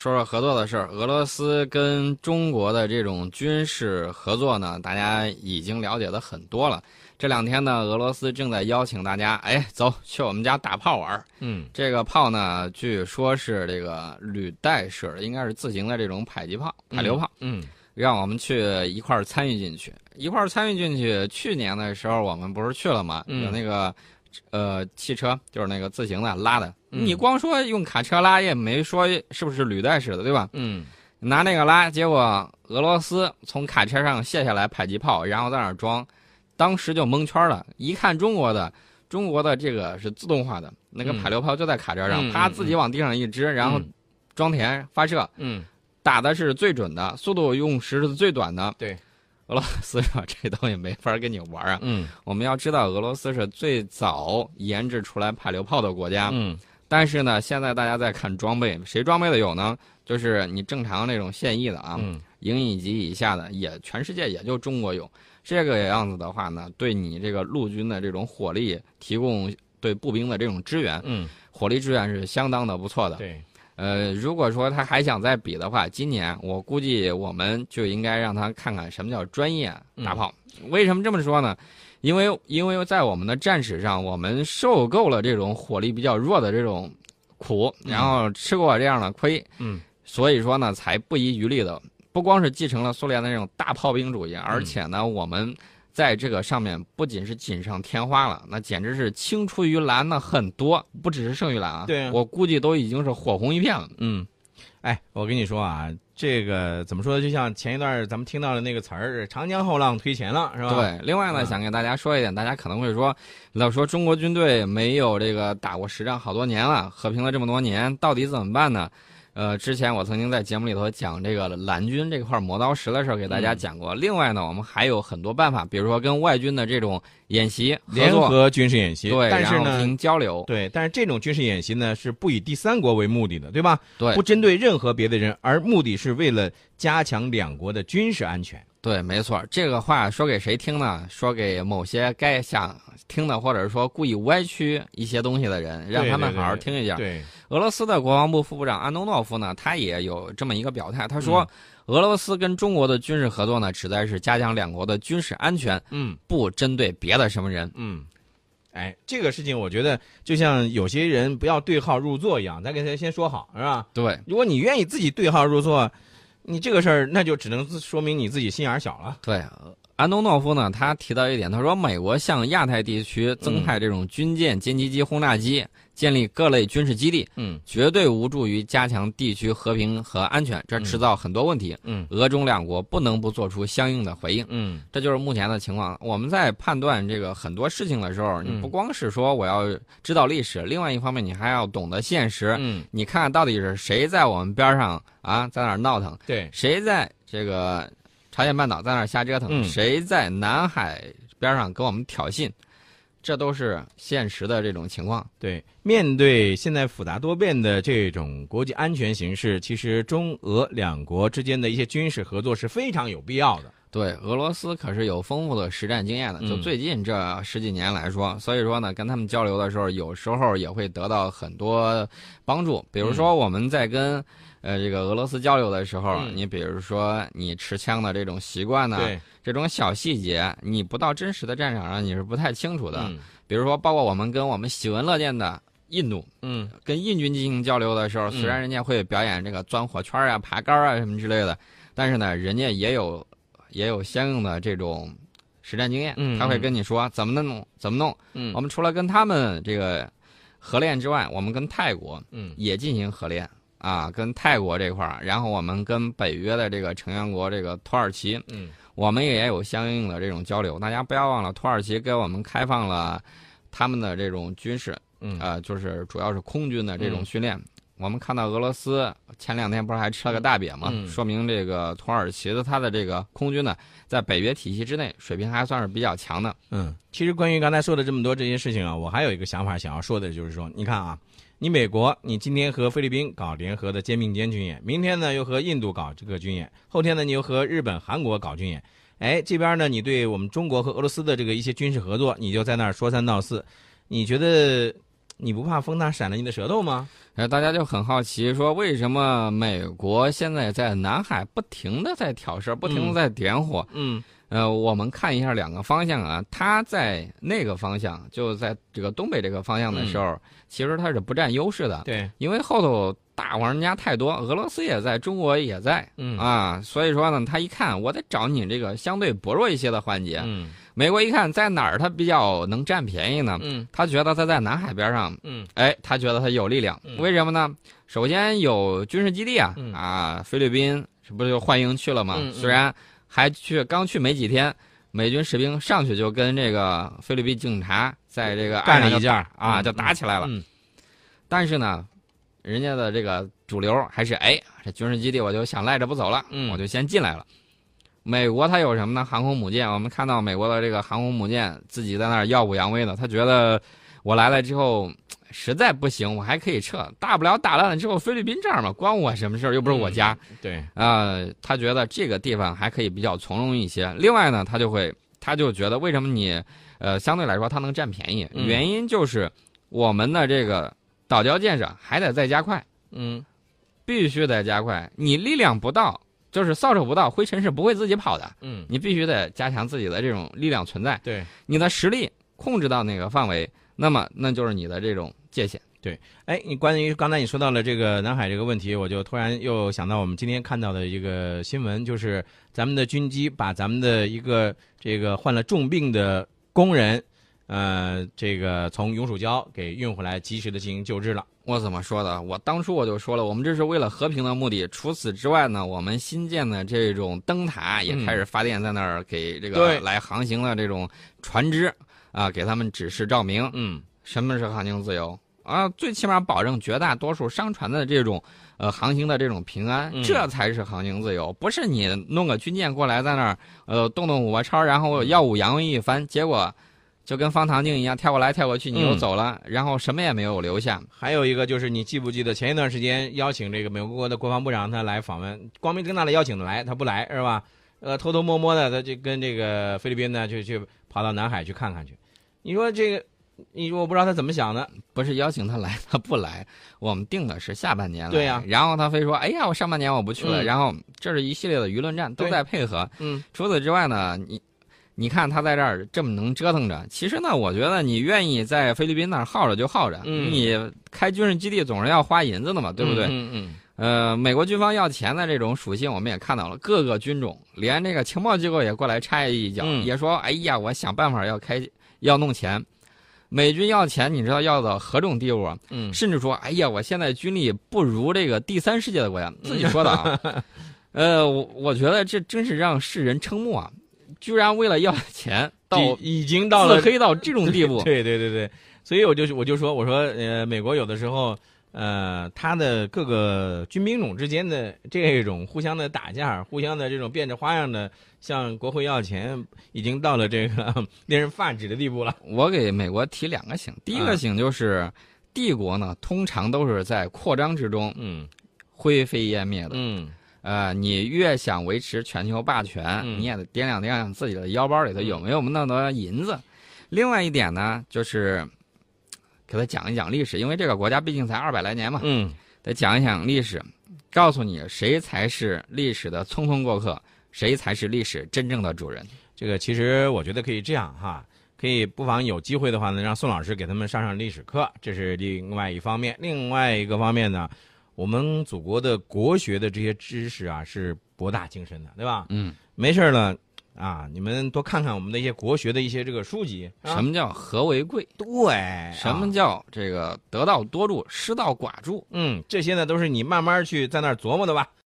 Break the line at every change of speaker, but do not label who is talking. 说说合作的事儿，俄罗斯跟中国的这种军事合作呢，大家已经了解的很多了。这两天呢，俄罗斯正在邀请大家，哎，走去我们家打炮玩儿。
嗯
这个炮呢，据说是这个履带式的，应该是自行的这种迫击炮、
嗯
排流炮，
嗯
让我们去一块儿参与进去，一块儿参与进去。去年的时候我们不是去了吗？
嗯
有那个呃汽车，就是那个自行的拉的，
嗯
你光说用卡车拉也没说是不是履带式的，对吧？
嗯
拿那个拉，结果俄罗斯从卡车上卸下来迫击炮，然后在那儿装，当时就蒙圈了。一看中国的，中国的这个是自动化的，那个
嗯
排流炮就在卡车上，
嗯
啪
嗯
自己往地上一支，然后装填发射，
嗯
打的是最准的，速度用时是最短的。
对，
俄罗斯说 这东西没法跟你玩啊！
嗯
我们要知道，俄罗斯是最早研制出来排流炮的国家。
嗯
但是呢，现在大家在看装备，谁装备的有呢？就是你正常那种现役的啊，
嗯
营一级以下的也全世界也就中国有。这个样子的话呢，对你这个陆军的这种火力提供对步兵的这种支援，
嗯，
火力支援是相当的不错的。
对，
呃，如果说他还想再比的话，今年我估计我们就应该让他看看什么叫专业打炮。为什么这么说呢？因为因为在我们的战史上，我们受够了这种火力比较弱的这种苦，然后吃过这样的亏，
嗯
所以说呢，才不遗余力的，不光是继承了苏联的那种大炮兵主义，
嗯
而且呢，我们在这个上面不仅是锦上添花了，那简直是青出于蓝呢，很多，不只是剩余蓝啊，
对啊
我估计都已经是火红一片了。
嗯，哎，我跟你说啊，这个怎么说？就像前一段咱们听到的那个词儿，“长江后浪推前浪”，是吧？，
对，另外呢，
嗯
想给大家说一点，大家可能会说，老说中国军队没有这个打过实战好多年了，和平了这么多年，到底怎么办呢？呃，之前我曾经在节目里头讲这个蓝军这块磨刀石的时候，给大家讲
嗯
过。另外呢，我们还有很多办法，比如说跟外军的这种演习合
联
作，
合军事演习。
对，
但是
然后进
呢，
行交流，
对，但是这种军事演习呢，是不以第三国为目的的，对吧？
对
不针对任何别的人，而目的是为了加强两国的军事安全。
对，没错，这个话说给谁听呢？说给某些该想听的，或者说故意歪曲一些东西的人，让
对
他们
对
好好
对
听一下。
对，
俄罗斯的国防部副部长安东诺夫呢，他也有这么一个表态，他说，俄罗斯跟中国的军事合作呢，旨在是加强两国的军事安全，
嗯。
不针对别的什么人。
嗯，哎，这个事情我觉得就像有些人不要对号入座一样，咱给他先说好，是吧？
对，
如果你愿意自己对号入座，你这个事儿那就只能自说明你自己心眼儿小了。
对，安东诺夫呢，他提到一点，他说，美国向亚太地区增派这种军舰、歼击机、轰炸机，建立各类军事基地，
嗯
绝对无助于加强地区和平和安全，这制造很多问题。
嗯
俄中两国不能不做出相应的回应。
嗯
这就是目前的情况。我们在判断这个很多事情的时候，你
嗯
不光是说我要知道历史，另外一方面你还要懂得现实。
嗯，
你看看到底是谁在我们边上啊，在那儿闹腾，
对，
谁在这个朝鲜半岛在那儿瞎折腾，
嗯
谁在南海边上跟我们挑衅，这都是现实的这种情况。
对，面对现在复杂多变的这种国际安全形势，其实中俄两国之间的一些军事合作是非常有必要的。
对，俄罗斯可是有丰富的实战经验的。
嗯
就最近这十几年来说，所以说呢，跟他们交流的时候，有时候也会得到很多帮助。比如说我们在跟、呃这个俄罗斯交流的时候，
嗯
你比如说你持枪的这种习惯呢、
对，
这种小细节，你不到真实的战场上你是不太清楚的。
嗯
比如说，包括我们跟我们喜闻乐见的印度，
嗯
跟印军进行交流的时候，
嗯
虽然人家会表演这个钻火圈啊、爬杆啊什么之类的，但是呢，人家也有也有相应的这种实战经验，
嗯
他会跟你说怎么弄怎么弄。
嗯
我们除了跟他们这个合练之外，我们跟泰国
嗯
也进行合练啊，跟泰国这块儿，然后我们跟北约的这个成员国这个土耳其，
嗯
我们也有相应的这种交流。大家不要忘了，土耳其给我们开放了他们的这种军事，
嗯
呃，就是主要是空军的这种训练。我们看到俄罗斯前两天不是还吃了个大瘪嘛，
嗯
说明这个土耳其的它的这个空军呢，在北约体系之内水平还算是比较强的。
嗯，其实关于刚才说的这么多这些事情啊，我还有一个想法想要说的，就是说，你看啊，你美国，你今天和菲律宾搞联合的肩并肩军演，明天呢又和印度搞这个军演，后天呢你又和日本、韩国搞军演，哎，这边呢你对我们中国和俄罗斯的这个一些军事合作，你就在那儿说三道四，你觉得你不怕风大闪了你的舌头吗？
哎，大家就很好奇，说为什么美国现在在南海不停的在挑事儿，不停的在点火？
嗯
呃，我们看一下两个方向啊，它在那个方向，就在这个东北这个方向的时候，其实它是不占优势的，
嗯对，
因为后头大玩家太多，俄罗斯也在，中国也在、
嗯
啊，所以说呢，他一看我得找你这个相对薄弱一些的环节。
嗯
美国一看在哪儿它比较能占便宜呢？
嗯
他觉得他在南海边上，
嗯，
哎，他觉得他有力量，
嗯
为什么呢？首先有军事基地啊，
嗯
啊，菲律宾这不是就欢迎去了吗？
嗯嗯
虽然还去刚去没几天，美军士兵上去就跟这个菲律宾警察在这个
干
岸
了
上
一
就
架
啊，
嗯
就打起来了。
嗯
但是呢，人家的这个主流还是哎，这军事基地我就想赖着不走了，
嗯
我就先进来了。美国它有什么呢？航空母舰，我们看到美国的这个航空母舰自己在那儿耀武扬威的，他觉得我来了之后实在不行，我还可以撤，大不了打烂了之后菲律宾这儿嘛，关我什么事儿？又不是我家。
对，
呃，他觉得这个地方还可以比较从容一些。另外呢，他就会，他就觉得为什么你，呃，相对来说他能占便宜，
嗯
原因就是我们的这个岛礁建设还得再加快，
嗯
必须得加快。你力量不到，就是扫帚不到，灰尘是不会自己跑的。
嗯
你必须得加强自己的这种力量存在，
对。
你的实力控制到哪个范围，那么那就是你的这种界限。
哎，你关于刚才你说到了这个南海这个问题，我就突然又想到我们今天看到的一个新闻，就是咱们的军机把咱们的一个这个患了重病的工人，呃，这个从永暑礁给运回来，及时的进行救治了。
我怎么说的？我当初我就说了，我们这是为了和平的目的。除此之外呢，我们新建的这种灯塔也开始发电，在那儿给这个
嗯对
来航行的这种船只啊，给他们指示照明。
嗯
什么是航行自由啊？最起码保证绝大多数商船的这种呃航行的这种平安，
嗯
这才是航行自由。不是你弄个军舰过来在那儿呃动动我超，然
嗯
后耀武扬威一番，结果就跟方唐镜一样跳过来跳过去，你又
嗯
走了，然后什么也没有留下。
还有一个就是，你记不记得前一段时间邀请这个美国的国防部长他来访问，光明正大的邀请他来，他不来是吧？呃，偷偷摸摸的，他就跟这个菲律宾呢，就去跑到南海去看看去。你说这个，你说我不知道他怎么想的。
不是邀请他来，他不来。我们定的是下半年来。
对呀
然后他非说：“哎呀，我上半年我不去了。
嗯
然后这是一系列的舆论战都
对
在配合。
嗯
除此之外呢，你你看他在这儿这么能折腾着，其实呢，我觉得你愿意在菲律宾那儿耗着就耗着，
嗯
你开军事基地总是要花银子的嘛，对不对？
嗯嗯
呃，美国军方要钱的这种属性我们也看到了，各个军种连这个情报机构也过来插一脚，
嗯
也说：“哎呀，我想办法要开要弄钱。”美军要钱，你知道要到何种地步啊？
嗯
甚至说，哎呀，我现在军力不如这个第三世界的国家，自己说的啊。 呃，我我觉得这真是让世人瞠目啊！居然为了要钱到
到已经到了
自黑到这种地步，
对对对对，所以我就我就说，我说呃，美国有的时候呃，它的各个军兵种之间的这种互相的打架，互相的这种变着花样的向国会要钱，已经到了这个 令人发指的地步了。
我给美国提两个醒，第一个
嗯
醒就是，帝国呢通常都是在扩张之中
嗯
灰飞烟灭的。
嗯
呃，你越想维持全球霸权，
嗯
你也得掂量掂量自己的腰包里头有没有那么多银子。另外一点呢，就是给他讲一讲历史，因为这个国家毕竟才二百来年嘛，
嗯
得讲一讲历史，告诉你谁才是历史的匆匆过客，谁才是历史真正的主人。
这个其实我觉得可以这样哈，可以不妨有机会的话呢，让宋老师给他们上上历史课，这是另外一方面。另外一个方面呢，我们祖国的国学的这些知识啊是博大精深的，对吧？
嗯，
没事儿了啊，你们多看看我们的一些国学的一些这个书籍。啊
什么叫和为贵？
对？
什
啊
么叫这个得道多助，失道寡助？
嗯，这些呢都是你慢慢去在那儿琢磨的吧。